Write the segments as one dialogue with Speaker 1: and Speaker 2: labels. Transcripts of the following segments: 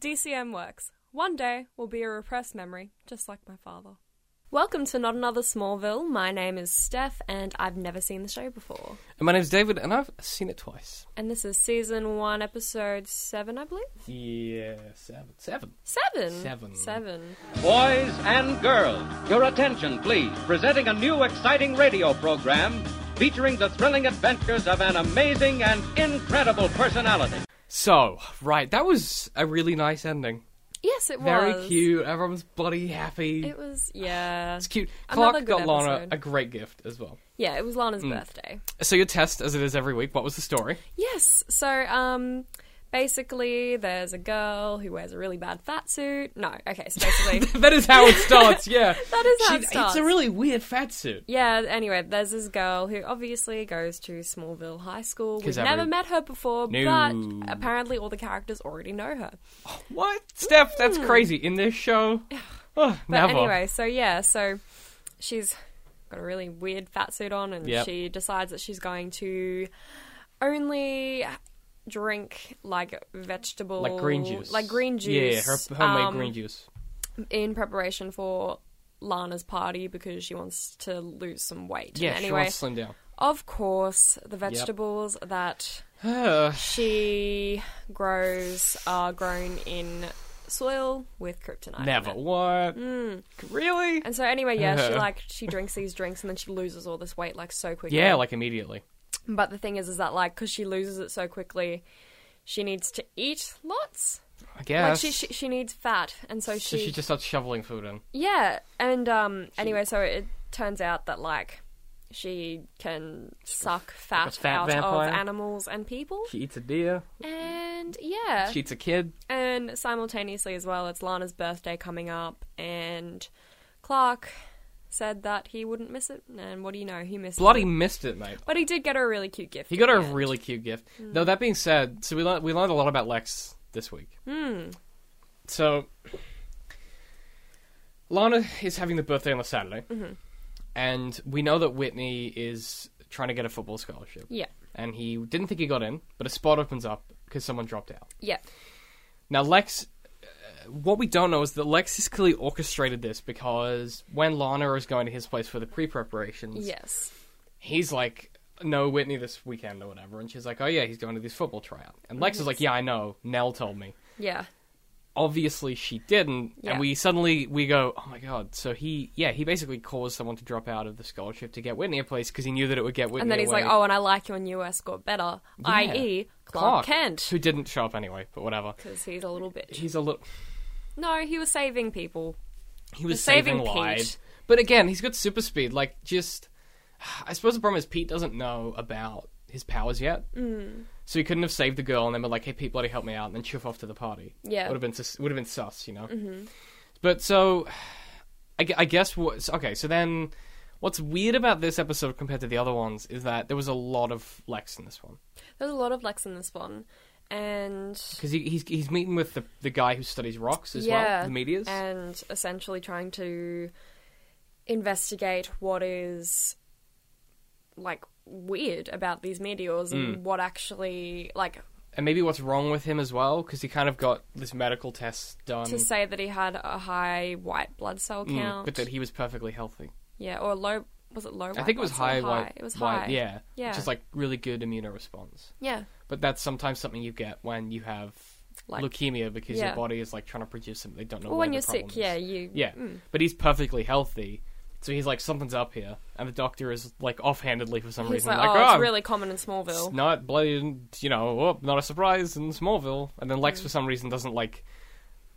Speaker 1: DCM works. One day will be a repressed memory, just like my father. Welcome to Not Another Smallville. My name is Steph, and I've never seen the show before.
Speaker 2: And my name's David, and I've seen it twice.
Speaker 1: And this is season one, episode seven, I believe.
Speaker 2: Yeah, seven. Seven.
Speaker 1: Seven.
Speaker 2: Seven.
Speaker 1: Seven.
Speaker 3: Boys and girls, your attention, please. Presenting a new exciting radio program featuring the thrilling adventures of an amazing and incredible personality.
Speaker 2: So, right, that was a really nice ending.
Speaker 1: Yes, it
Speaker 2: Very
Speaker 1: was.
Speaker 2: cute. Everyone's bloody happy.
Speaker 1: It was, yeah.
Speaker 2: it's cute.
Speaker 1: Another
Speaker 2: Clark
Speaker 1: good
Speaker 2: got Lana
Speaker 1: episode.
Speaker 2: a Mm. great gift as well.
Speaker 1: Yeah, it was Lana's birthday.
Speaker 2: So your test, as it is every week, what was the story?
Speaker 1: Yes. So, um, basically, there's a girl who wears a really bad fat suit. No, okay, so basically.
Speaker 2: That is how it starts. Yeah,
Speaker 1: That is how
Speaker 2: She-
Speaker 1: it starts.
Speaker 2: It's a really weird fat suit.
Speaker 1: Yeah, anyway, there's this girl who obviously goes to Smallville High School. We've
Speaker 2: 'Cause
Speaker 1: never
Speaker 2: every-
Speaker 1: met her before,
Speaker 2: No.
Speaker 1: but apparently all the characters already know her.
Speaker 2: What, Steph? That's crazy. In this show, oh,
Speaker 1: Hmm. But anyway, so yeah, so she's got a really weird fat suit on and
Speaker 2: Yep.
Speaker 1: she decides that she's going to only drink like vegetable
Speaker 2: like green juice,
Speaker 1: like green
Speaker 2: Yeah,
Speaker 1: juice
Speaker 2: her homemade
Speaker 1: um,
Speaker 2: green juice.
Speaker 1: in preparation for Lana's party because she wants to lose some weight.
Speaker 2: Yeah,
Speaker 1: And
Speaker 2: she
Speaker 1: anyway,
Speaker 2: wants to slim down.
Speaker 1: of course, the vegetables that she grows are grown in soil with kryptonite. in
Speaker 2: Never.
Speaker 1: it.
Speaker 2: What?
Speaker 1: Hmm.
Speaker 2: Really?
Speaker 1: And so anyway, yeah, she like she drinks these drinks and then she loses all this weight like so quickly.
Speaker 2: Yeah, like immediately.
Speaker 1: But the thing is, is that like because she loses it so quickly, she needs to eat lots.
Speaker 2: I guess.
Speaker 1: Like she, she she needs fat, and so
Speaker 2: so
Speaker 1: she,
Speaker 2: she just starts shoveling food in.
Speaker 1: yeah. And um anyway, so it turns out that like she can suck fat,
Speaker 2: fat
Speaker 1: out
Speaker 2: vampire.
Speaker 1: of animals and people,
Speaker 2: She eats a deer.
Speaker 1: and yeah,
Speaker 2: She eats a kid.
Speaker 1: And simultaneously, as well, it's Lana's birthday coming up, and Clark said that he wouldn't miss it. And what do you know? He missed
Speaker 2: Bloody
Speaker 1: it.
Speaker 2: missed it, mate.
Speaker 1: But he did get her a really cute gift.
Speaker 2: He got her
Speaker 1: in
Speaker 2: a
Speaker 1: the end.
Speaker 2: really cute gift.
Speaker 1: Hmm.
Speaker 2: Though that being said, so we learned we learned a lot about Lex this week.
Speaker 1: Hmm.
Speaker 2: So Lana is having the birthday on a Saturday,
Speaker 1: Mm-hmm.
Speaker 2: and we know that Whitney is trying to get a football scholarship.
Speaker 1: Yeah.
Speaker 2: And he didn't think he got in, but a spot opens up because someone dropped out.
Speaker 1: Yeah.
Speaker 2: Now, Lex, uh, what we don't know is that Lex has clearly orchestrated this because when Lana is going to his place for the pre preparations,
Speaker 1: Yes.
Speaker 2: he's like, No, Whitney this weekend or whatever. And she's like, Oh, yeah, he's going to this football tryout. And Lex
Speaker 1: Mhm.
Speaker 2: is like, Yeah, I know. Nell told me.
Speaker 1: Yeah.
Speaker 2: Obviously, she didn't.
Speaker 1: Yeah.
Speaker 2: And we suddenly we go, Oh my God. So he, yeah, he basically caused someone to drop out of the scholarship to get Whitney a place because he knew that it would get Whitney
Speaker 1: And then he's
Speaker 2: away.
Speaker 1: like, "Oh, and I like your new escort better," i.e., Clark, Kent,
Speaker 2: Who didn't show up anyway, but whatever.
Speaker 1: because he's a little bitch.
Speaker 2: He's a little.
Speaker 1: No, he was saving people.
Speaker 2: he was
Speaker 1: The saving
Speaker 2: saving, lives.
Speaker 1: Pete.
Speaker 2: But again, he's got super speed. Like, just I suppose the problem is Pete doesn't know about his powers yet, mm. so he couldn't have saved the girl and then been like, "Hey, Pete, bloody help me out," and then chuff off to the party.
Speaker 1: Yeah. Mm-hmm.
Speaker 2: would have been sus- would have been sus, you know. But so, I, gu- I guess what's okay. So then, what's weird about this episode compared to the other ones is that there was a lot of Lex in this one
Speaker 1: There's a lot of Lex in this one, and
Speaker 2: because he, he's he's meeting with the the guy who studies rocks as well, the meteors.
Speaker 1: and essentially trying to investigate what is like weird about these meteors
Speaker 2: Mm.
Speaker 1: and what actually like
Speaker 2: and maybe what's wrong with him as well because he kind of got this medical test done
Speaker 1: to say that he had a high white blood cell
Speaker 2: Um, mm,
Speaker 1: count
Speaker 2: but that he was perfectly healthy
Speaker 1: yeah or low was it low
Speaker 2: i
Speaker 1: white
Speaker 2: think it was
Speaker 1: blood cell?
Speaker 2: high white
Speaker 1: it was
Speaker 2: white-
Speaker 1: high
Speaker 2: yeah
Speaker 1: Yeah.
Speaker 2: which is like really good immune response
Speaker 1: yeah
Speaker 2: but that's sometimes something you get when you have
Speaker 1: Like-
Speaker 2: leukemia because
Speaker 1: yeah.
Speaker 2: your body is like trying to produce something they don't know
Speaker 1: or
Speaker 2: where
Speaker 1: when
Speaker 2: the
Speaker 1: you're sick
Speaker 2: problem is.
Speaker 1: yeah you mm,
Speaker 2: yeah but he's perfectly healthy so he's like something's up here and the doctor is like offhandedly for some
Speaker 1: he's like,
Speaker 2: reason like
Speaker 1: oh, it's
Speaker 2: "Oh,
Speaker 1: really common in
Speaker 2: it's
Speaker 1: smallville
Speaker 2: not bloody, you know, oh, not a surprise in Smallville. And then
Speaker 1: Mm.
Speaker 2: Lex, for some reason, doesn't like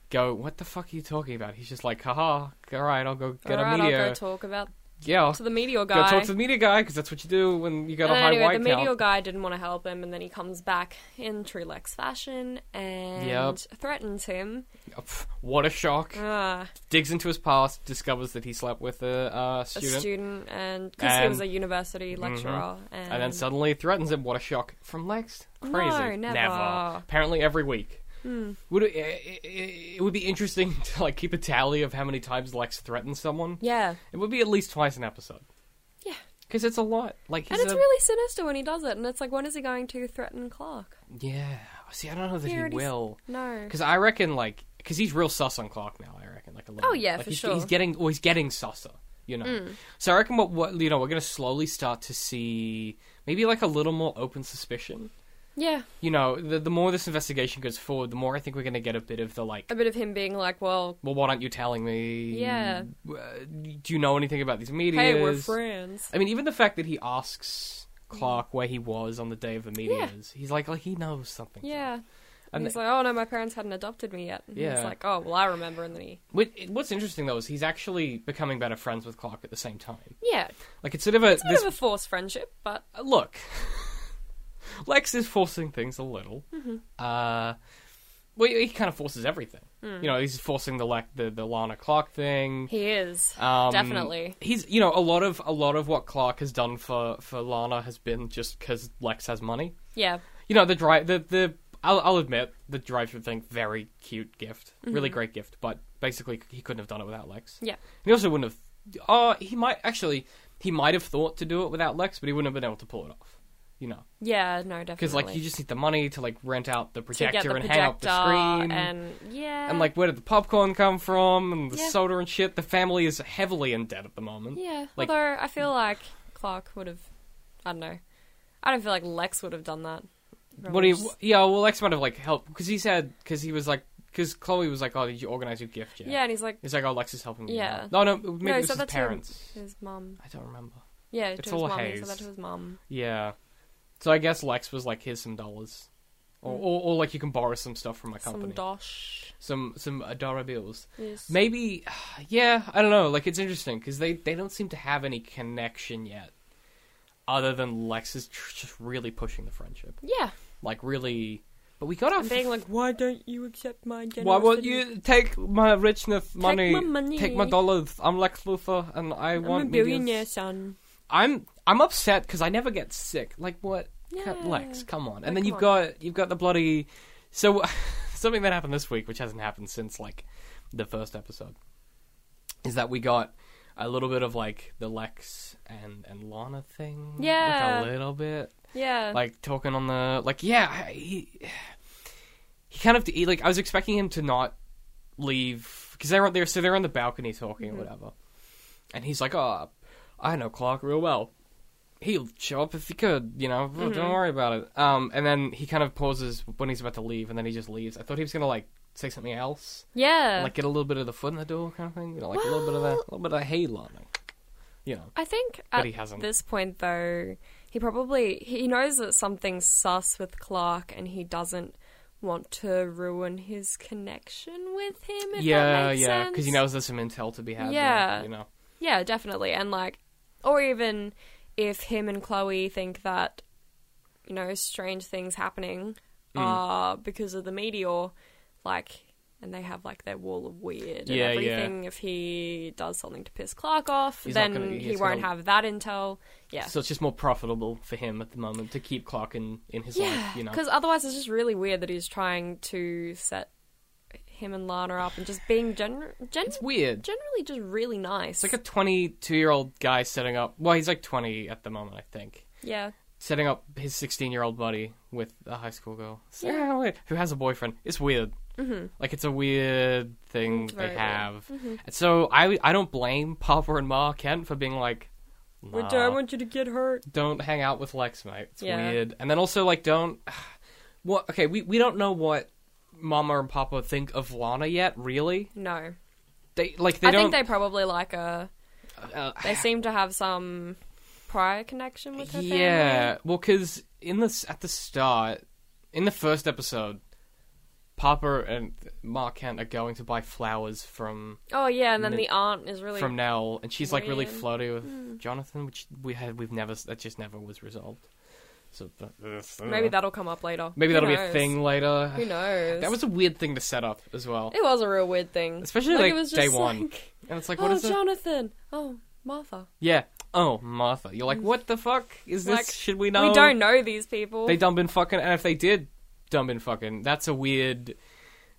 Speaker 2: go. What the fuck are you talking about? He's just like, haha. All right, I'll go get
Speaker 1: all
Speaker 2: a
Speaker 1: right
Speaker 2: meteor.
Speaker 1: i'll go talk about
Speaker 2: yeah, I'll
Speaker 1: to the meteor
Speaker 2: go
Speaker 1: guy
Speaker 2: talk to the media guy because that's what you do when you got a
Speaker 1: And
Speaker 2: high
Speaker 1: anyway,
Speaker 2: white
Speaker 1: the meteor
Speaker 2: count.
Speaker 1: guy didn't want to help him, and then he comes back in true Lex fashion and
Speaker 2: Yep.
Speaker 1: threatens him.
Speaker 2: Oh, pff, what a shock!
Speaker 1: Uh,
Speaker 2: Digs into his past, discovers that he slept with a uh,
Speaker 1: a
Speaker 2: student,
Speaker 1: student, and because he
Speaker 2: And- Mm-hmm.
Speaker 1: was a university lecturer, and,
Speaker 2: and then suddenly threatens him. What a shock from Lex! Crazy.
Speaker 1: never. Hmm.
Speaker 2: Apparently, every week. Would it, it, it would be interesting to like keep a tally of how many times Lex threatens someone?
Speaker 1: yeah,
Speaker 2: It would be at least twice an episode.
Speaker 1: yeah,
Speaker 2: because it's a lot. Like he's
Speaker 1: and it's
Speaker 2: a-
Speaker 1: really sinister when he does it, and it's like, when is he going to threaten Clark?
Speaker 2: yeah. See, I don't know that
Speaker 1: He
Speaker 2: he
Speaker 1: already s-
Speaker 2: will.
Speaker 1: No.
Speaker 2: Because I reckon, like, because he's real sus on Clark now. I reckon, like a little.
Speaker 1: Oh,
Speaker 2: bit.
Speaker 1: yeah,
Speaker 2: like,
Speaker 1: for
Speaker 2: he's,
Speaker 1: sure. Mm.
Speaker 2: He's getting, or he's getting susser. You know. So I reckon what what you know we're gonna slowly start to see maybe like a little more open suspicion.
Speaker 1: Yeah.
Speaker 2: You know, the the more this investigation goes forward, the more I think we're gonna get a bit of the like.
Speaker 1: A bit of him being like, well,
Speaker 2: Well, why aren't you telling me?
Speaker 1: Yeah.
Speaker 2: Uh, do you know anything about these meetings?
Speaker 1: hey, we're friends.
Speaker 2: I mean, even the fact that he asks Clark where he was on the day of the meteors, he's like, like he knows something.
Speaker 1: Yeah. And
Speaker 2: And
Speaker 1: he's like, oh no, my parents hadn't adopted me yet. And
Speaker 2: Yeah.
Speaker 1: He's like, oh well, I remember, and then he,
Speaker 2: What- What's interesting though is he's actually becoming better friends with Clark at the same time.
Speaker 1: yeah,
Speaker 2: Like it's sort of a
Speaker 1: sort
Speaker 2: this
Speaker 1: of a forced friendship, but
Speaker 2: uh, look. Lex is forcing things a little.
Speaker 1: Mm-hmm.
Speaker 2: Uh, well, he kind of forces everything. You know, he's forcing the like the, the Lana Clark thing.
Speaker 1: Mm. he is
Speaker 2: Um,
Speaker 1: definitely.
Speaker 2: He's you know a lot of a lot of what Clark has done for for Lana has been just because Lex has money.
Speaker 1: Yeah,
Speaker 2: you know the drive the the I'll, I'll admit the drive through thing very cute gift really great gift but basically he couldn't have done it without Lex
Speaker 1: Mm-hmm. yeah,
Speaker 2: he also wouldn't have oh he might actually he might have thought to do it without Lex but he wouldn't have been able to pull it off you know
Speaker 1: yeah. No, definitely.
Speaker 2: because like you just need the money to like rent out the
Speaker 1: to
Speaker 2: projector
Speaker 1: get the
Speaker 2: and
Speaker 1: projector
Speaker 2: hang up the screen
Speaker 1: and yeah,
Speaker 2: And, like where did the popcorn come from and the
Speaker 1: Yeah.
Speaker 2: soda and shit the family is heavily in debt at the moment
Speaker 1: yeah.
Speaker 2: like
Speaker 1: Although I feel like Clark would have, I don't know, I don't feel like Lex would have done that.
Speaker 2: What do you?
Speaker 1: Revenge.
Speaker 2: Yeah, well, Lex might have like helped because he said because he was like because Chloe was like, "Oh, did you organize your gift yet?"
Speaker 1: Yeah, and he's like,
Speaker 2: He's like, "Oh, Lex is helping me."
Speaker 1: Yeah.
Speaker 2: out." No, no, maybe
Speaker 1: no,
Speaker 2: it
Speaker 1: he
Speaker 2: was
Speaker 1: said
Speaker 2: his
Speaker 1: that
Speaker 2: parents.
Speaker 1: to his mum.
Speaker 2: I don't remember.
Speaker 1: Yeah,
Speaker 2: It's
Speaker 1: to
Speaker 2: all
Speaker 1: his
Speaker 2: a
Speaker 1: mum. He
Speaker 2: haze.
Speaker 1: said that to his mum.
Speaker 2: Yeah, so I guess Lex was like, "Here's some dollars," or or, or like you can borrow some stuff from my
Speaker 1: Mm. Some
Speaker 2: company,
Speaker 1: dosh.
Speaker 2: some some Adara bills.
Speaker 1: Yes.
Speaker 2: Maybe, yeah, I don't know. Like it's interesting because they they don't seem to have any connection yet, other than Lex is tr- just really pushing the friendship,
Speaker 1: Yeah,
Speaker 2: like really. But we got our
Speaker 1: and being like, why don't you accept my generosity?
Speaker 2: Why won't you take my richness money?
Speaker 1: my money.
Speaker 2: Take my dollars. I'm Lex Luthor, and I
Speaker 1: I'm
Speaker 2: want
Speaker 1: a billionaire,
Speaker 2: millions.
Speaker 1: son.
Speaker 2: I'm I'm upset because I never get sick. Like what? Cut
Speaker 1: Yeah.
Speaker 2: Lex, come on.
Speaker 1: Like,
Speaker 2: And then
Speaker 1: come
Speaker 2: you've
Speaker 1: on.
Speaker 2: got you've got the bloody. So something that happened this week, which hasn't happened since like the first episode, is that we got a little bit of like the Lex and and Lana thing.
Speaker 1: Yeah.
Speaker 2: like a little bit
Speaker 1: Yeah.
Speaker 2: like talking on the like yeah he he kind of he, like I was expecting him to not leave because they're there so they're on the balcony talking
Speaker 1: Mm-hmm.
Speaker 2: or whatever, and he's like oh I know Clark real well he'll show up if he could you know "Oh,
Speaker 1: Mm-hmm.
Speaker 2: don't worry about it um and then he kind of pauses when he's about to leave and then he just leaves I thought he was gonna like say something else
Speaker 1: yeah.
Speaker 2: like get a little bit of the foot in the door kind of thing you know like a little bit of that
Speaker 1: Well-
Speaker 2: a little bit of hay lining you know
Speaker 1: I think
Speaker 2: But
Speaker 1: at
Speaker 2: he hasn't.
Speaker 1: this point, though, he probably he knows that something's sus with Clark, and he doesn't want to ruin his connection with him. If that
Speaker 2: yeah
Speaker 1: makes
Speaker 2: yeah because he
Speaker 1: sense.
Speaker 2: knows there's some intel to be had there,
Speaker 1: Yeah.
Speaker 2: you know.
Speaker 1: Yeah, definitely, and like, or even if him and Chloe think that you know strange things happening
Speaker 2: Mm.
Speaker 1: are because of the meteor, like. And they have like their wall of weird and
Speaker 2: Yeah, yeah.
Speaker 1: everything. If he does something to piss Clark off,
Speaker 2: He's not
Speaker 1: then
Speaker 2: gonna-
Speaker 1: he
Speaker 2: he's
Speaker 1: won't
Speaker 2: gonna-
Speaker 1: have that intel. Yeah.
Speaker 2: So it's just more profitable for him at the moment to keep Clark in, in his
Speaker 1: Yeah,
Speaker 2: life, you know.
Speaker 1: because otherwise it's just really weird that he's trying to set him and Lana up and just being gener- gen-
Speaker 2: It's weird.
Speaker 1: generally just really nice.
Speaker 2: It's like a 22 year old guy setting up. Well, he's like 20 at the moment, I think.
Speaker 1: yeah,
Speaker 2: Setting up his 16 year old buddy with a high school girl It's-
Speaker 1: Yeah.
Speaker 2: "Ah, wait," who has a boyfriend. It's weird. Mm-hmm. Like, it's a weird thing
Speaker 1: It's
Speaker 2: they
Speaker 1: very Mm-hmm.
Speaker 2: have. And so I, I don't blame Papa and Ma Kent for being like, nah.
Speaker 1: you to get hurt.
Speaker 2: don't hang out with Lex, mate. It's
Speaker 1: Yeah.
Speaker 2: weird. And then also like don't what okay, we, we don't know what Mama and Papa think of Lana yet, really.
Speaker 1: No,
Speaker 2: They like they
Speaker 1: I
Speaker 2: don't
Speaker 1: think they probably like a.
Speaker 2: uh,
Speaker 1: They seem to have some prior connection with her.
Speaker 2: Yeah. Well, cuz in this at the start in the first episode Papa and Mark Kent are going to buy flowers from
Speaker 1: family. Oh yeah, and then
Speaker 2: And
Speaker 1: the aunt is really
Speaker 2: from Nell, and she's like really
Speaker 1: Weird.
Speaker 2: flirty with
Speaker 1: Hmm.
Speaker 2: Jonathan, which we had we've never that just never was resolved. So that,
Speaker 1: maybe that'll come up later.
Speaker 2: maybe
Speaker 1: Who
Speaker 2: that'll be a
Speaker 1: knows?
Speaker 2: thing later.
Speaker 1: Who knows?
Speaker 2: That was a weird thing to set up as well.
Speaker 1: it was a real weird thing,
Speaker 2: Especially,
Speaker 1: like,
Speaker 2: like,
Speaker 1: it was
Speaker 2: day
Speaker 1: just
Speaker 2: one.
Speaker 1: like,
Speaker 2: And it's like, what
Speaker 1: oh
Speaker 2: is it?
Speaker 1: Jonathan, oh Martha.
Speaker 2: Yeah. Oh, Martha. You're like, what the fuck is this?
Speaker 1: Mm. Like,
Speaker 2: Should we know?
Speaker 1: We don't know these people.
Speaker 2: They dumb been fucking, and if they did dumb been fucking, that's a weird.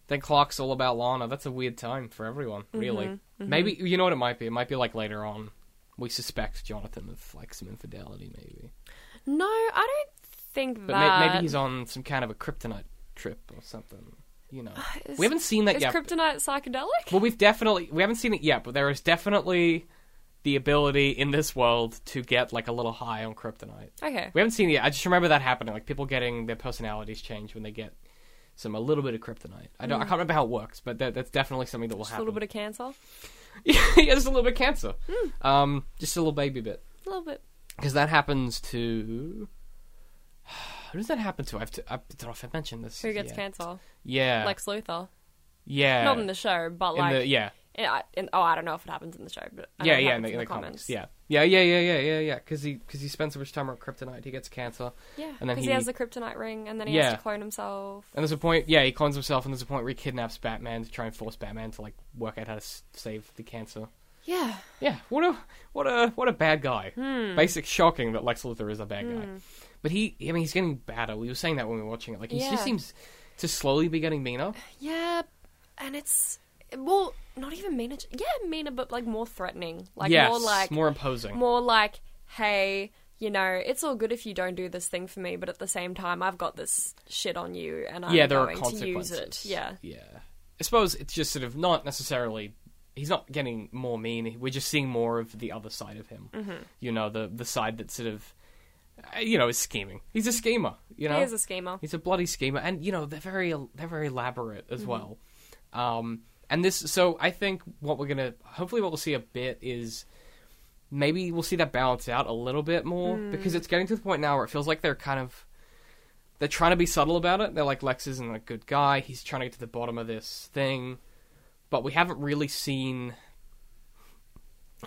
Speaker 2: Then clock's all
Speaker 1: Mm-hmm,
Speaker 2: about Lana. That's a weird time for everyone, really. Maybe you know what it might be. It might be like later on we suspect Jonathan of like some infidelity, maybe.
Speaker 1: No, I don't think
Speaker 2: But
Speaker 1: that.
Speaker 2: may- maybe he's on some kind of a kryptonite trip or something. You know,
Speaker 1: Is-
Speaker 2: we haven't seen that
Speaker 1: Is
Speaker 2: yet.
Speaker 1: kryptonite psychedelic?
Speaker 2: well, we've definitely we haven't seen it yet, but there is definitely the ability in this world to get like a little high on kryptonite.
Speaker 1: Okay.
Speaker 2: We haven't seen it yet. I just remember that happening, like people getting their personalities changed when they get some a little bit of kryptonite. I don't, I can't remember how it works, but that, that's definitely something that will
Speaker 1: Mm. Just a
Speaker 2: happen.
Speaker 1: little bit of cancer.
Speaker 2: yeah, just a little bit of cancer.
Speaker 1: Mm.
Speaker 2: Um, just a little baby bit.
Speaker 1: A little bit.
Speaker 2: Because that happens to. Who does that happen to? I've t- I don't know if I mentioned this.
Speaker 1: Who gets
Speaker 2: yet.
Speaker 1: cancer?
Speaker 2: Yeah.
Speaker 1: Lex Luthor.
Speaker 2: yeah.
Speaker 1: Not in the show, but
Speaker 2: In
Speaker 1: like.
Speaker 2: the- yeah.
Speaker 1: in- I- in- oh, I don't know if it happens in the show, but I know
Speaker 2: Yeah,
Speaker 1: it
Speaker 2: yeah, in
Speaker 1: happens
Speaker 2: the, in the
Speaker 1: comments.
Speaker 2: comics. Yeah. Yeah, yeah, yeah, yeah, yeah, yeah. Because he, cause he spends so much time on kryptonite, he gets cancer.
Speaker 1: yeah.
Speaker 2: And then
Speaker 1: Because he...
Speaker 2: he-
Speaker 1: has the kryptonite ring, and then he has
Speaker 2: Yeah.
Speaker 1: to clone himself.
Speaker 2: And there's a point, yeah, he clones himself, and there's a point where he kidnaps Batman to try and force Batman to like work out how to s- save the cancer.
Speaker 1: Yeah,
Speaker 2: Yeah, what a what a what a bad guy.
Speaker 1: Hmm.
Speaker 2: Basic shocking that Lex Luthor is a bad guy, but he, I mean, he's getting badder. We were saying that when we were watching it. Like he
Speaker 1: Yeah.
Speaker 2: just seems to slowly be getting meaner.
Speaker 1: yeah, and it's well, not even meaner. Yeah, meaner, but like more threatening. Like
Speaker 2: yes,
Speaker 1: more like
Speaker 2: more imposing.
Speaker 1: more like, hey, you know, it's all good if you don't do this thing for me, but at the same time, I've got this shit on you, and I'm
Speaker 2: yeah, there
Speaker 1: going to
Speaker 2: are
Speaker 1: use
Speaker 2: consequences.
Speaker 1: it. Yeah,
Speaker 2: yeah. I suppose it's just sort of not necessarily. He's not getting more mean. We're just seeing more of the other side of him.
Speaker 1: Mm-hmm.
Speaker 2: You know, the the side that sort of, uh, you know, is scheming. He's a schemer. You know,
Speaker 1: he is a schemer.
Speaker 2: He's a bloody schemer, and you know they're very they're very elaborate as well. Um, and this, so I think what we're gonna hopefully what we'll see a bit is maybe we'll see that balance out a little bit more because it's getting to the point now where it feels like they're kind of they're trying to be subtle about it. They're like Lex isn't a good guy. He's trying to get to the bottom of this thing, but we haven't really seen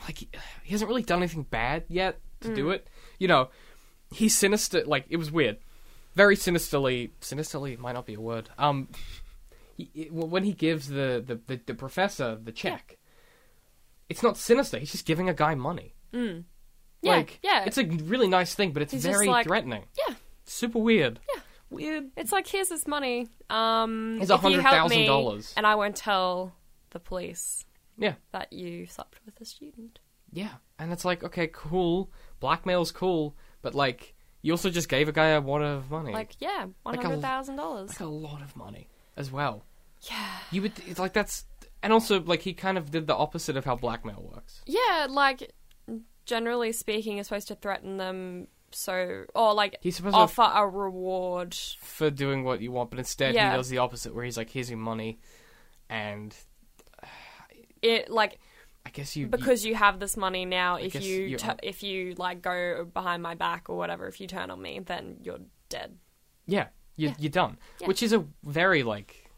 Speaker 2: like he, he hasn't really done anything bad yet to do it. You know, he's sinister. Like it was weird, very sinisterly. Sinisterly might not be a word. Um, he, it- when he gives the the, the, the professor the check, it's not sinister. He's just giving a guy money.
Speaker 1: Yeah,
Speaker 2: like,
Speaker 1: yeah.
Speaker 2: It's a really nice thing, but it's
Speaker 1: He's just
Speaker 2: very
Speaker 1: like-
Speaker 2: threatening.
Speaker 1: yeah,
Speaker 2: Super weird.
Speaker 1: Yeah.
Speaker 2: Weird.
Speaker 1: it's like here's this money. Um,
Speaker 2: Here's
Speaker 1: if you help me,
Speaker 2: $100,000.
Speaker 1: and I won't tell the police
Speaker 2: Yeah.
Speaker 1: that you slept with a student.
Speaker 2: Yeah. And it's like, okay, cool. Blackmail's cool, but like, you also just gave a guy a wad of money.
Speaker 1: Like, yeah, one
Speaker 2: Like a-
Speaker 1: hundred thousand dollars.
Speaker 2: like a lot of money as well.
Speaker 1: Yeah,
Speaker 2: You would, it's like, that's. And also, like, he kind of did the opposite of how blackmail works.
Speaker 1: yeah. Like, generally speaking, you're supposed to threaten them. So, or like,
Speaker 2: He's supposed to
Speaker 1: offer a reward.
Speaker 2: for doing what you want, but instead
Speaker 1: Yeah.
Speaker 2: he does the opposite, where he's like, here's your money, and
Speaker 1: It like
Speaker 2: I guess you. you-
Speaker 1: because you have this money now if
Speaker 2: guess
Speaker 1: you
Speaker 2: you
Speaker 1: tu-
Speaker 2: are-
Speaker 1: if you like go behind my back or whatever if you turn on me then you're dead
Speaker 2: Yeah, you,
Speaker 1: Yeah.
Speaker 2: you're done.
Speaker 1: Yeah.
Speaker 2: Which is a very like,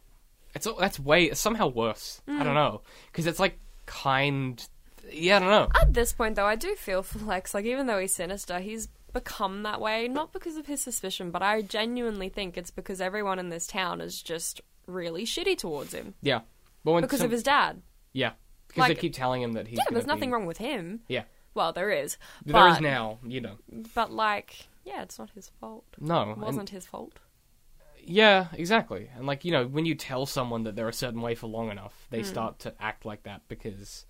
Speaker 2: it's all- that's way it's somehow worse. I
Speaker 1: Mm.
Speaker 2: don't know because it's like kind. Yeah, I don't know.
Speaker 1: at this point though i do feel for lex like even though he's sinister he's become that way not because of his suspicion but i genuinely think it's because everyone in this town is just really shitty towards him
Speaker 2: yeah, but when
Speaker 1: because
Speaker 2: some-
Speaker 1: of his dad
Speaker 2: yeah, because they
Speaker 1: like-
Speaker 2: keep telling him that he's
Speaker 1: yeah there's
Speaker 2: gonna
Speaker 1: nothing
Speaker 2: be-
Speaker 1: wrong with him
Speaker 2: Yeah,
Speaker 1: well there is
Speaker 2: there
Speaker 1: but-
Speaker 2: is now. You know,
Speaker 1: but like yeah it's not his fault
Speaker 2: no,
Speaker 1: it
Speaker 2: and-
Speaker 1: wasn't his fault
Speaker 2: yeah, exactly. And like you know, when you tell someone that they're a certain way for long enough, they start to act like that because.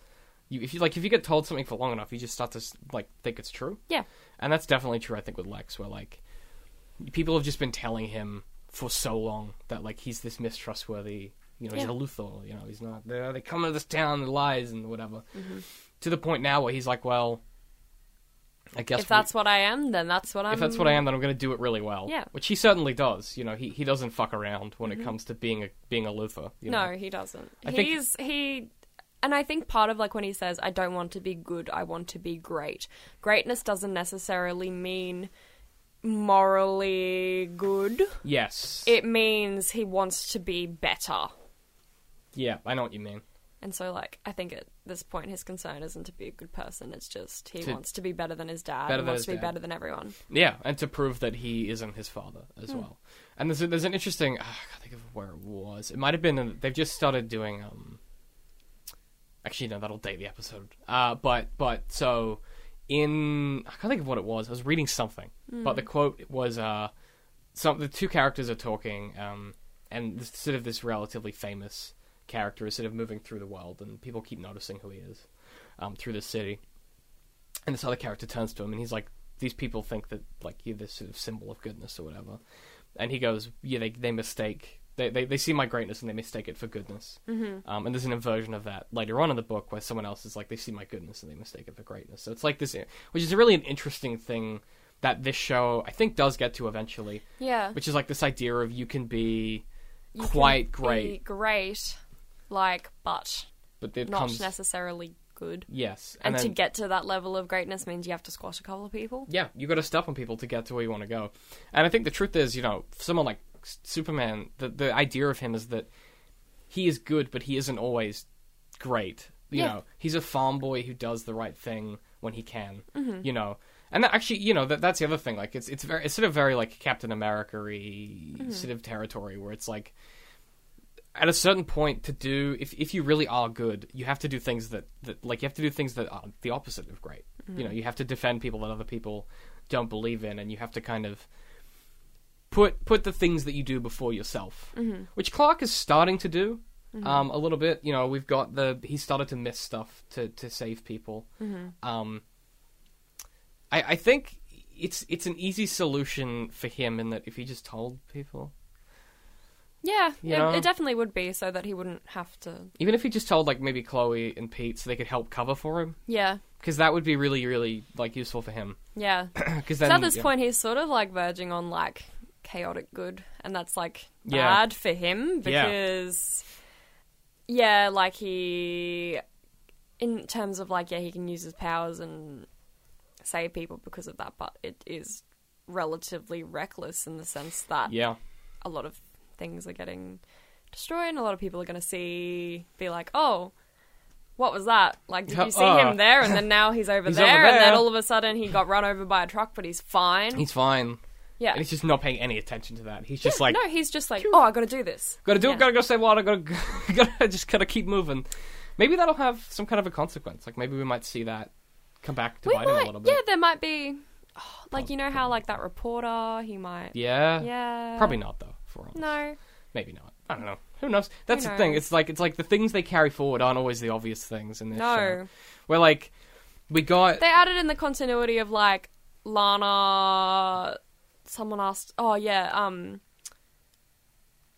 Speaker 2: You, if you like, if you get told something for long enough, you just start to s- like think it's true.
Speaker 1: yeah
Speaker 2: And that's definitely true, I think, with Lex, where like people have just been telling him for so long that like he's this mistrustworthy, you know, he's
Speaker 1: Yeah.
Speaker 2: a Luthor, you know, he's not. They they come to this town and lies and whatever. To the point now where he's like, well, I guess
Speaker 1: if that's what i am then that's what i'm
Speaker 2: if that's what I am, then I'm going to do it really well.
Speaker 1: Yeah. Mm-hmm.
Speaker 2: which he certainly does. You know, he he doesn't fuck around when it comes to being a being a Luthor. You
Speaker 1: No,
Speaker 2: know?
Speaker 1: he doesn't.
Speaker 2: I think-
Speaker 1: He's he and I think part of like when he says I don't want to be good, I want to be great. Greatness doesn't necessarily mean morally good.
Speaker 2: Yes.
Speaker 1: It means he wants to be better.
Speaker 2: yeah, I know what you mean.
Speaker 1: And so like I think at this point his concern isn't to be a good person, it's just he
Speaker 2: To-
Speaker 1: wants to be better than his dad,
Speaker 2: Better
Speaker 1: he
Speaker 2: than
Speaker 1: wants
Speaker 2: his
Speaker 1: to be
Speaker 2: dad.
Speaker 1: better than everyone.
Speaker 2: Yeah, and to prove that he isn't his father as well. And there's a, there's an interesting. ah, I can't think of where it was. It might have been. in- They've just started doing. um Actually, no, that'll date the episode. Uh, but but so in I can't think of what it was. I was reading something, but the quote was uh, some the two characters are talking, um, and this, sort of this relatively famous character is sort of moving through the world, and people keep noticing who he is um, through the city And this other character turns to him and he's like, "These people think that like you're this sort of symbol of goodness or whatever," and he goes, "Yeah, they they mistake." They, they, they see my greatness and they mistake it for goodness. Mm-hmm. Um, and there's an inversion of that later on in the book where someone else is like, they see my goodness and they mistake it for greatness. So it's like this, which is really an interesting thing that this show, I think, does get to eventually,
Speaker 1: Yeah.
Speaker 2: which is like this idea of you can be
Speaker 1: You can
Speaker 2: quite
Speaker 1: be
Speaker 2: great,
Speaker 1: Great, like, but
Speaker 2: but it
Speaker 1: not
Speaker 2: comes
Speaker 1: necessarily good.
Speaker 2: yes,
Speaker 1: And,
Speaker 2: and,
Speaker 1: to
Speaker 2: then
Speaker 1: get to that level of greatness means you have to squash a couple of people.
Speaker 2: yeah, you got to step on people to get to where you want to go. And I think the truth is, you know, someone like S- Superman, the the idea of him is that he is good, but he isn't always great. You
Speaker 1: Yeah.
Speaker 2: know, he's a farm boy who does the right thing when he can.
Speaker 1: Mm-hmm.
Speaker 2: You know. And that actually, you know, that, that's the other thing. Like, it's it's very, it's sort of very like Captain America-y
Speaker 1: Mm-hmm.
Speaker 2: sort of territory where it's like, at a certain point, to do if if you really are good, you have to do things that, that like you have to do things that are the opposite of great. You know, you have to defend people that other people don't believe in, and you have to kind of put put the things that you do before yourself, which Clark is starting to do um, a little bit. You know, we've got the he started to miss stuff to to save people. Um, I I think it's it's an easy solution for him in that if he just told people,
Speaker 1: Yeah,
Speaker 2: You
Speaker 1: it,
Speaker 2: know?
Speaker 1: it definitely would be so that he wouldn't have to.
Speaker 2: even if he just told like maybe Chloe and Pete so they could help cover for him,
Speaker 1: Yeah,
Speaker 2: because that would be really really like useful for him.
Speaker 1: yeah.
Speaker 2: Because
Speaker 1: 'Cause at this point, he's sort of like verging on like chaotic good, and that's like
Speaker 2: Yeah.
Speaker 1: bad for him
Speaker 2: Yeah.
Speaker 1: because, yeah, like he, in terms of like, yeah, he can use his powers and save people because of that, but it is relatively reckless in the sense that
Speaker 2: yeah,
Speaker 1: a lot of things are getting destroyed and a lot of people are going to see be like oh what was that like did you see
Speaker 2: Uh,
Speaker 1: him there and then now he's over
Speaker 2: He's
Speaker 1: there,
Speaker 2: over
Speaker 1: and then
Speaker 2: there.
Speaker 1: all of a sudden he got run over by a truck but he's fine
Speaker 2: he's fine,
Speaker 1: yeah
Speaker 2: and he's just not paying any attention to that. He's just
Speaker 1: Yeah,
Speaker 2: like.
Speaker 1: no he's just like oh i gotta do this
Speaker 2: Gotta do
Speaker 1: Yeah.
Speaker 2: it, gotta go save water, gotta, gotta just gotta keep moving. Maybe that'll have some kind of a consequence. Like maybe we might see that come back to
Speaker 1: we
Speaker 2: bite him a
Speaker 1: might
Speaker 2: little bit.
Speaker 1: yeah there might be oh, like you know how like that reporter he might
Speaker 2: Yeah.
Speaker 1: yeah
Speaker 2: Probably not though, for honest.
Speaker 1: no
Speaker 2: Maybe not. I don't know. Who knows? That's the thing.
Speaker 1: knows?
Speaker 2: It's like it's like the things they carry forward aren't always the obvious things in this
Speaker 1: No.
Speaker 2: show. We're like we got
Speaker 1: they added in the continuity of like Lana. Someone asked, "Oh yeah, um,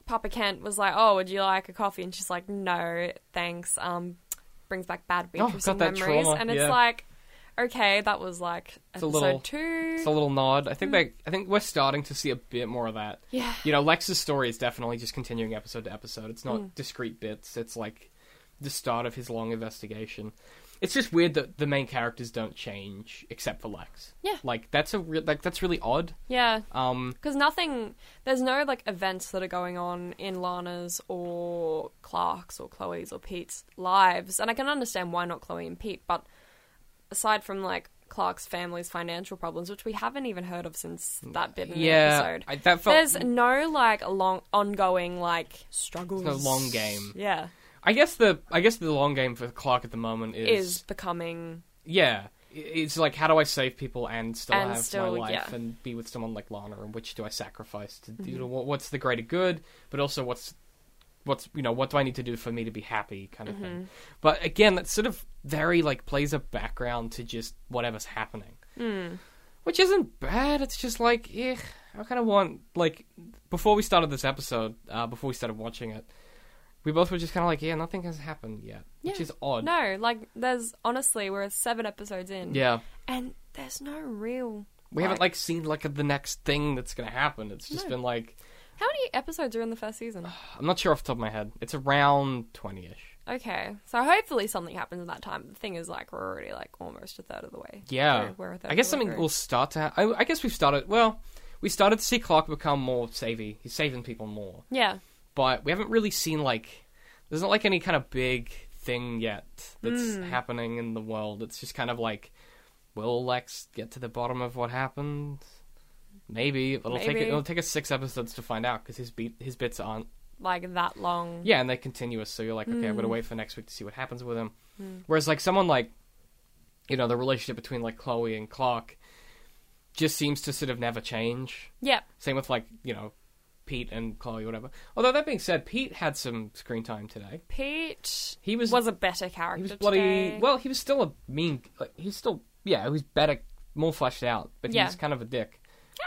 Speaker 1: Papa Kent was like, oh, would you like a coffee?" And she's like, "No, thanks." Um, brings back bad
Speaker 2: Oh,
Speaker 1: Beatrice
Speaker 2: got that
Speaker 1: memories,
Speaker 2: trauma,
Speaker 1: and it's
Speaker 2: yeah.
Speaker 1: like, okay, that was like
Speaker 2: a
Speaker 1: episode
Speaker 2: little-
Speaker 1: two.
Speaker 2: it's a little nod. I think they I think we're starting to see a bit more of that.
Speaker 1: Mm. yeah,
Speaker 2: You know, Lex's story is definitely just continuing episode to episode. It's not
Speaker 1: Mm.
Speaker 2: discrete bits. It's like the start of his long investigation. It's just weird that the main characters don't change except for Lex.
Speaker 1: Yeah.
Speaker 2: Like that's a re- like that's really odd.
Speaker 1: yeah.
Speaker 2: Um
Speaker 1: Because nothing, there's no like events that are going on in Lana's or Clark's or Chloe's or Pete's lives, and I can understand why not Chloe and Pete. But aside from like Clark's family's financial problems, which we haven't even heard of since that bit in the
Speaker 2: yeah,
Speaker 1: episode,
Speaker 2: I, that felt
Speaker 1: there's no like long ongoing like struggles.
Speaker 2: There's no long game.
Speaker 1: Yeah,
Speaker 2: I guess the I guess the long game for Clark at the moment is,
Speaker 1: is becoming
Speaker 2: yeah. i- It's like how do I save people and still
Speaker 1: And
Speaker 2: have
Speaker 1: still,
Speaker 2: my life
Speaker 1: yeah. Mm-hmm.
Speaker 2: and be with someone like Lana and which do I sacrifice to do? You know, what, what's the greater good, but also what's what's you know what do I need to do for me to be happy kind of
Speaker 1: Mm-hmm.
Speaker 2: thing. But again, that sort of very like plays a background to just whatever's happening,
Speaker 1: Mm.
Speaker 2: which isn't bad. It's just like eh, I kind of want like before we started this episode, uh, before we started watching it, we both were just kind of like yeah, nothing has happened yet, which
Speaker 1: Yeah.
Speaker 2: is odd.
Speaker 1: no like there's honestly we're seven episodes in,
Speaker 2: Yeah.
Speaker 1: and there's no real.
Speaker 2: We haven't like seen like the next thing that's gonna happen. It's just
Speaker 1: No.
Speaker 2: been like
Speaker 1: how many episodes are in the first season?
Speaker 2: I'm not sure off the top of my head. It's around twenty ish.
Speaker 1: Okay, so hopefully something happens in that time. The thing is, like, we're already like almost a third of the way.
Speaker 2: Yeah,
Speaker 1: through. We're a third
Speaker 2: I guess
Speaker 1: of the
Speaker 2: something
Speaker 1: way
Speaker 2: will start to. Ha- I, I guess we've started. Well, we started to see Clark become more savvy. He's saving people more,
Speaker 1: through. Yeah,
Speaker 2: but we haven't really seen like there's not like any kind of big thing yet that's happening in the world. It's just kind of like will Lex get to the bottom of what happened? Maybe it'll take
Speaker 1: Maybe.
Speaker 2: it'll take us six episodes to find out because his beat his bits aren't
Speaker 1: like that long.
Speaker 2: Yeah, and they're continuous, so you're like, okay,
Speaker 1: Hmm.
Speaker 2: I'm gonna wait for next week to see what happens with him. Whereas like someone like you know, the relationship between like Chloe and Clark just seems to sort of never change.
Speaker 1: Yep.
Speaker 2: Same with like, you know, Pete and Chloe, whatever. Although that being said, Pete had some screen time today.
Speaker 1: Pete
Speaker 2: He was
Speaker 1: was a better character.
Speaker 2: he was bloody
Speaker 1: today.
Speaker 2: well, he was still a mean like, he's still yeah, who's better, more fleshed out, but
Speaker 1: Yeah.
Speaker 2: he's kind of a dick.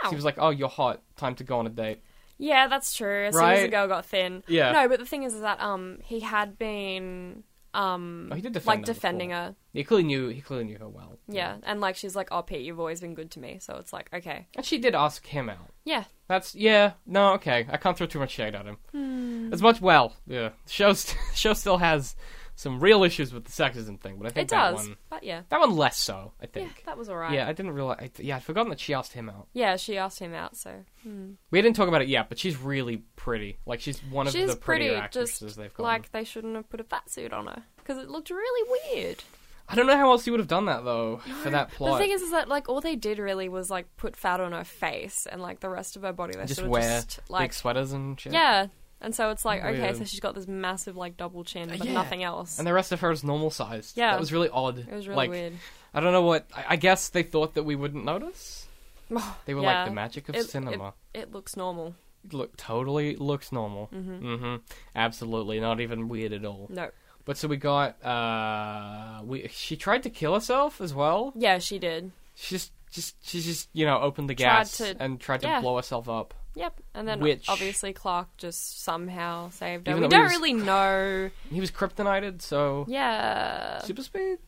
Speaker 1: Ow.
Speaker 2: She was like, "Oh, you're hot. Time to go on a date."
Speaker 1: Yeah, that's true. As soon as the
Speaker 2: Right?
Speaker 1: girl got thin.
Speaker 2: Yeah.
Speaker 1: No, but the thing is, is that um he had been um
Speaker 2: Oh, he did defend
Speaker 1: like
Speaker 2: her before.
Speaker 1: defending her.
Speaker 2: He clearly knew. He clearly knew her well.
Speaker 1: Yeah. And like she's like, Oh Pete, you've always been good to me. So it's like, okay.
Speaker 2: and she did ask him out.
Speaker 1: Yeah.
Speaker 2: That's yeah. No, okay. I can't throw too much shade at him.
Speaker 1: Hmm.
Speaker 2: As much well, yeah. Show st- show still has some real issues with the sexism thing, but I think
Speaker 1: It
Speaker 2: that
Speaker 1: does.
Speaker 2: one
Speaker 1: But yeah.
Speaker 2: that one less so. I
Speaker 1: Yeah,
Speaker 2: think.
Speaker 1: that was alright.
Speaker 2: Yeah, I didn't realize. I, yeah, I'd forgotten that she asked him out.
Speaker 1: Yeah, she asked him out, so
Speaker 2: We didn't talk about it yet, but she's really pretty. Like she's one of
Speaker 1: she's
Speaker 2: the prettier
Speaker 1: pretty.
Speaker 2: actresses
Speaker 1: Just
Speaker 2: they've got.
Speaker 1: like they shouldn't have put a fat suit on her because it looked really weird.
Speaker 2: I don't know how else you would have done that though for that
Speaker 1: But the
Speaker 2: plot.
Speaker 1: thing is, is that like all they did really was like put fat on her face and like the rest of her body. They
Speaker 2: just
Speaker 1: sort of
Speaker 2: wear
Speaker 1: just like
Speaker 2: big sweaters and shit.
Speaker 1: yeah. And so it's like okay,
Speaker 2: Weird.
Speaker 1: so she's got this massive like double chin, but
Speaker 2: yeah.
Speaker 1: nothing else.
Speaker 2: And the rest of her is normal sized.
Speaker 1: Yeah.
Speaker 2: That was really odd.
Speaker 1: it was really
Speaker 2: like,
Speaker 1: weird.
Speaker 2: I don't know what. I, I guess they thought that we wouldn't notice. They were
Speaker 1: Yeah.
Speaker 2: like the magic of
Speaker 1: It-
Speaker 2: cinema.
Speaker 1: It, it looks normal.
Speaker 2: Look, totally looks normal. Mm-hmm. Absolutely, not even weird at all.
Speaker 1: No.
Speaker 2: But so we got. uh We she tried to kill herself as well.
Speaker 1: Yeah, she did.
Speaker 2: She just, just she just you know opened the gas
Speaker 1: to-
Speaker 2: and tried to
Speaker 1: yeah.
Speaker 2: blow herself up.
Speaker 1: Yep. And then
Speaker 2: Which-
Speaker 1: obviously Clark just somehow saved her.
Speaker 2: Even
Speaker 1: we
Speaker 2: though he
Speaker 1: don't
Speaker 2: was-
Speaker 1: really know.
Speaker 2: He was kryptonited, so
Speaker 1: Yeah.
Speaker 2: super speed,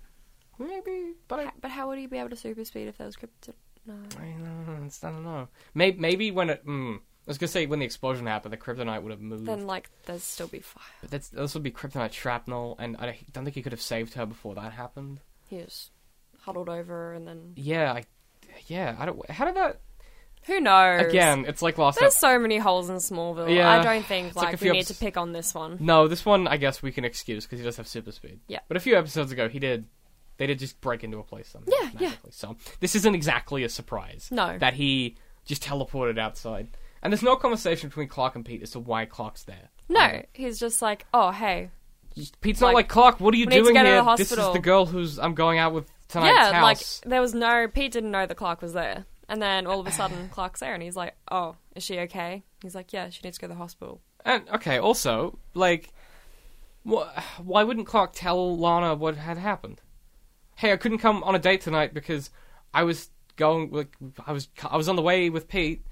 Speaker 2: maybe. But I,
Speaker 1: Ha- But how would he be able to super speed if there was krypton? No.
Speaker 2: I don't know. it's- I don't know. Maybe, maybe when it. Mm, I was gonna say when the explosion happened, the kryptonite would have moved.
Speaker 1: Then like there'd still be fire.
Speaker 2: But that's, this would be kryptonite shrapnel, and I don't think he could have saved her before that happened.
Speaker 1: He just huddled over and then
Speaker 2: Yeah, I, yeah, I don't. How did that
Speaker 1: who knows?
Speaker 2: again? It's like last.
Speaker 1: There's
Speaker 2: ep-
Speaker 1: so many holes in Smallville.
Speaker 2: Yeah.
Speaker 1: I don't think
Speaker 2: It's like
Speaker 1: like,
Speaker 2: a
Speaker 1: we
Speaker 2: few
Speaker 1: need
Speaker 2: episo-
Speaker 1: to pick on this one.
Speaker 2: no, this one I guess we can excuse because he does have super speed.
Speaker 1: Yeah.
Speaker 2: but a few episodes ago he did. They did just break into a place somehow.
Speaker 1: Yeah, yeah.
Speaker 2: magically. So this isn't exactly a surprise.
Speaker 1: No.
Speaker 2: that he just teleported outside, and there's no conversation between Clark and Pete as to why Clark's there.
Speaker 1: No, he's just like, oh hey,
Speaker 2: Pete's
Speaker 1: Like,
Speaker 2: not like Clark. What are you
Speaker 1: we need to
Speaker 2: doing
Speaker 1: get her to the
Speaker 2: here? This is
Speaker 1: hospital."
Speaker 2: the girl who's I'm going out with tonight's
Speaker 1: yeah.
Speaker 2: house.
Speaker 1: Like there was no Pete didn't know that Clark was there, and then all of a sudden Clark's there, and he's like, oh, is she okay? He's like, yeah, she needs to go to the hospital.
Speaker 2: And okay, also, like, wh- why wouldn't Clark tell Lana what had happened? Hey, I couldn't come on a date tonight because I was going, like, I was, I was on the way with Pete,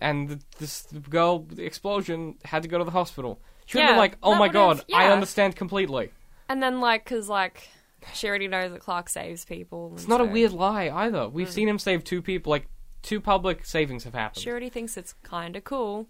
Speaker 2: and th- this girl the explosion had to go to the hospital. She would have
Speaker 1: Yeah,
Speaker 2: been like, "Oh
Speaker 1: that
Speaker 2: my
Speaker 1: would've-
Speaker 2: god, I
Speaker 1: yeah.
Speaker 2: understand completely."
Speaker 1: And then like, cause like she already knows that Clark saves people.
Speaker 2: It's not a weird lie either.
Speaker 1: Mm.
Speaker 2: We've seen him save two people, like two public savings have happened.
Speaker 1: She already thinks it's kind of cool.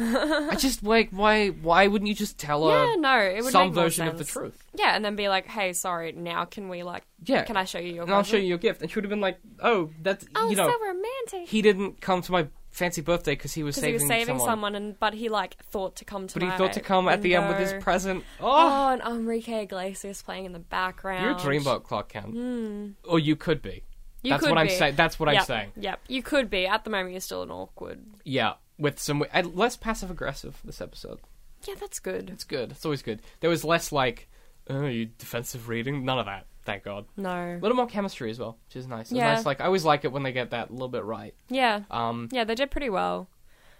Speaker 2: I just like, why, why wouldn't you just tell her
Speaker 1: yeah, no, it would
Speaker 2: some
Speaker 1: make more
Speaker 2: version of the
Speaker 1: sense.
Speaker 2: truth?
Speaker 1: Yeah, and then be like, hey, sorry, now can we like,
Speaker 2: Yeah.
Speaker 1: can I show you your?
Speaker 2: and I'll show
Speaker 1: present?
Speaker 2: you your gift. And she would have been like, "Oh, that's
Speaker 1: Oh,
Speaker 2: you know,
Speaker 1: so romantic.
Speaker 2: he didn't come to my fancy birthday because he was
Speaker 1: Because he
Speaker 2: saving,
Speaker 1: was saving someone.
Speaker 2: someone,
Speaker 1: and but he like thought to come to.
Speaker 2: but he thought to come at the end with his present." Oh,
Speaker 1: Oh, and Enrique Iglesias playing in the background.
Speaker 2: you're a dreamboat, Clark Kent, or you could be.
Speaker 1: Hmm. You
Speaker 2: that's
Speaker 1: could
Speaker 2: what I'm
Speaker 1: be.
Speaker 2: saying. That's what
Speaker 1: yep,
Speaker 2: I'm saying.
Speaker 1: Yep, you could be. At the moment, you're still an awkward.
Speaker 2: Yeah, with some and less passive aggressive this episode.
Speaker 1: Yeah, that's good.
Speaker 2: It's good. It's always good. There was less like, "Oh, you defensive reading." None of that. Thank God.
Speaker 1: No.
Speaker 2: A little more chemistry as well, which is nice. It's
Speaker 1: Yeah.
Speaker 2: nice. Like I always like it when they get that a little bit right.
Speaker 1: Yeah.
Speaker 2: Um,
Speaker 1: Yeah, they did pretty well.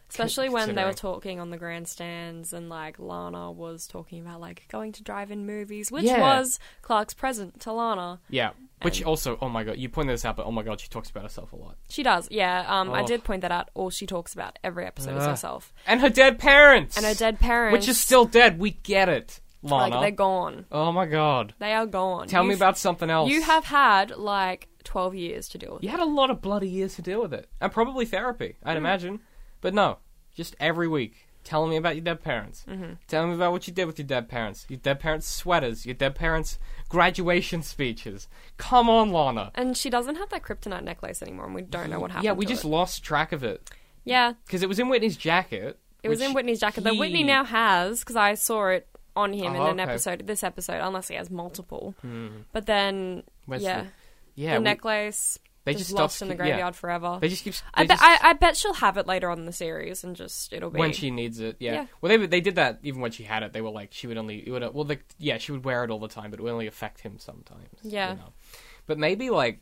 Speaker 1: Especially when they were
Speaker 2: considering.
Speaker 1: talking on the grandstands and like Lana was talking about like going to drive-in movies, which
Speaker 2: Yeah.
Speaker 1: was Clark's present to Lana.
Speaker 2: yeah. Which
Speaker 1: And-
Speaker 2: also, oh my god, you pointed this out, but oh my god, she talks about herself a lot.
Speaker 1: She does, yeah. Um, I
Speaker 2: Oh.
Speaker 1: did point that out. All she talks about every episode is
Speaker 2: Ugh.
Speaker 1: herself
Speaker 2: and her dead parents,
Speaker 1: and her dead parents,
Speaker 2: which is still dead. We get it,
Speaker 1: like
Speaker 2: Lana.
Speaker 1: they're gone.
Speaker 2: oh my god!
Speaker 1: They are gone.
Speaker 2: Tell me
Speaker 1: You've-
Speaker 2: about something else.
Speaker 1: You have had like twelve years to deal with.
Speaker 2: you
Speaker 1: it.
Speaker 2: had a lot of bloody years to deal with it, and probably therapy, I'd
Speaker 1: Mm.
Speaker 2: imagine. But no, just every week, tell me about your dead parents. Mm-hmm. Tell me about what you did with your dead parents. Your dead parents' sweaters. Your dead parents' graduation speeches. Come on, Lana.
Speaker 1: And she doesn't have that kryptonite necklace anymore, and we don't know what happened.
Speaker 2: Yeah, we
Speaker 1: to
Speaker 2: just
Speaker 1: it.
Speaker 2: lost track of it
Speaker 1: yeah.
Speaker 2: because it was in Whitney's jacket.
Speaker 1: It was
Speaker 2: which
Speaker 1: in Whitney's jacket that Whitney
Speaker 2: he-
Speaker 1: now has because I saw it on him
Speaker 2: Oh,
Speaker 1: in an
Speaker 2: okay. Hmm.
Speaker 1: episode, this episode, unless he has multiple. But then,
Speaker 2: Where's
Speaker 1: yeah,
Speaker 2: the-
Speaker 1: the
Speaker 2: Yeah, we-
Speaker 1: necklace
Speaker 2: they
Speaker 1: just,
Speaker 2: just
Speaker 1: lost
Speaker 2: stopped-
Speaker 1: in the
Speaker 2: yeah.
Speaker 1: graveyard forever.
Speaker 2: they just keep.
Speaker 1: I,
Speaker 2: they
Speaker 1: bet
Speaker 2: just-
Speaker 1: I, I bet she'll have it later on in the series, and just it'll be
Speaker 2: when she needs it. Yeah.
Speaker 1: Yeah.
Speaker 2: Well, they they did that even when she had it. They were like she would only it would well the, yeah she would wear it all the time, but it would only affect him sometimes.
Speaker 1: Yeah.
Speaker 2: You know? But maybe like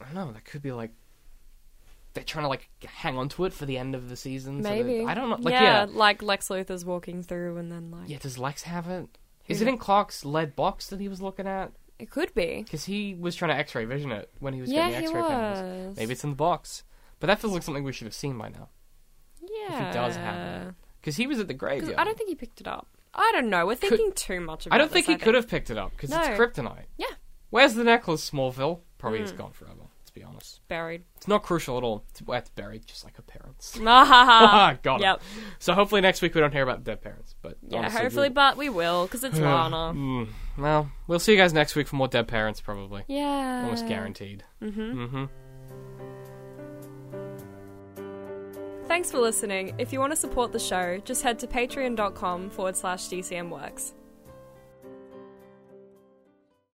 Speaker 2: I don't know. That could be like they're trying to like hang on to it for the end of the season. so that-
Speaker 1: maybe.
Speaker 2: I don't know. Like
Speaker 1: yeah,
Speaker 2: yeah. yeah.
Speaker 1: like Lex Luthor's walking through, and then like
Speaker 2: does Lex have it?
Speaker 1: Who
Speaker 2: Is it
Speaker 1: kno-
Speaker 2: in Clark's lead box that he was looking at?
Speaker 1: It could be.
Speaker 2: Because he was trying to X-ray vision it when he was
Speaker 1: Yeah,
Speaker 2: getting
Speaker 1: he
Speaker 2: the X-ray panels.
Speaker 1: was.
Speaker 2: Maybe it's in the box, but that feels like something we should have seen by now.
Speaker 1: Yeah.
Speaker 2: If it does happen, because he was at the
Speaker 1: Because
Speaker 2: graveyard.
Speaker 1: I don't think he picked it up. I don't know. We're thinking too much about
Speaker 2: I don't think
Speaker 1: this,
Speaker 2: he could have picked it up because it's
Speaker 1: No.
Speaker 2: kryptonite.
Speaker 1: Yeah. Mm.
Speaker 2: Where's the necklace, Smallville? Probably is gone forever. Let's be honest.
Speaker 1: Buried.
Speaker 2: It's not crucial at all. It's, well, it's buried just like her parents.
Speaker 1: Ah,
Speaker 2: Ah, got
Speaker 1: Yep.
Speaker 2: it. So hopefully next week we don't hear about dead parents, but
Speaker 1: Yeah,
Speaker 2: honestly,
Speaker 1: hopefully, but we will, because it's Lana.
Speaker 2: we'll, well, we'll see you guys next week for more dead parents, probably.
Speaker 1: Yeah. Mm-hmm.
Speaker 2: Almost guaranteed. Mm-hmm.
Speaker 1: Thanks for listening. If you want to support the show, just head to patreon.com forward slash DCMworks.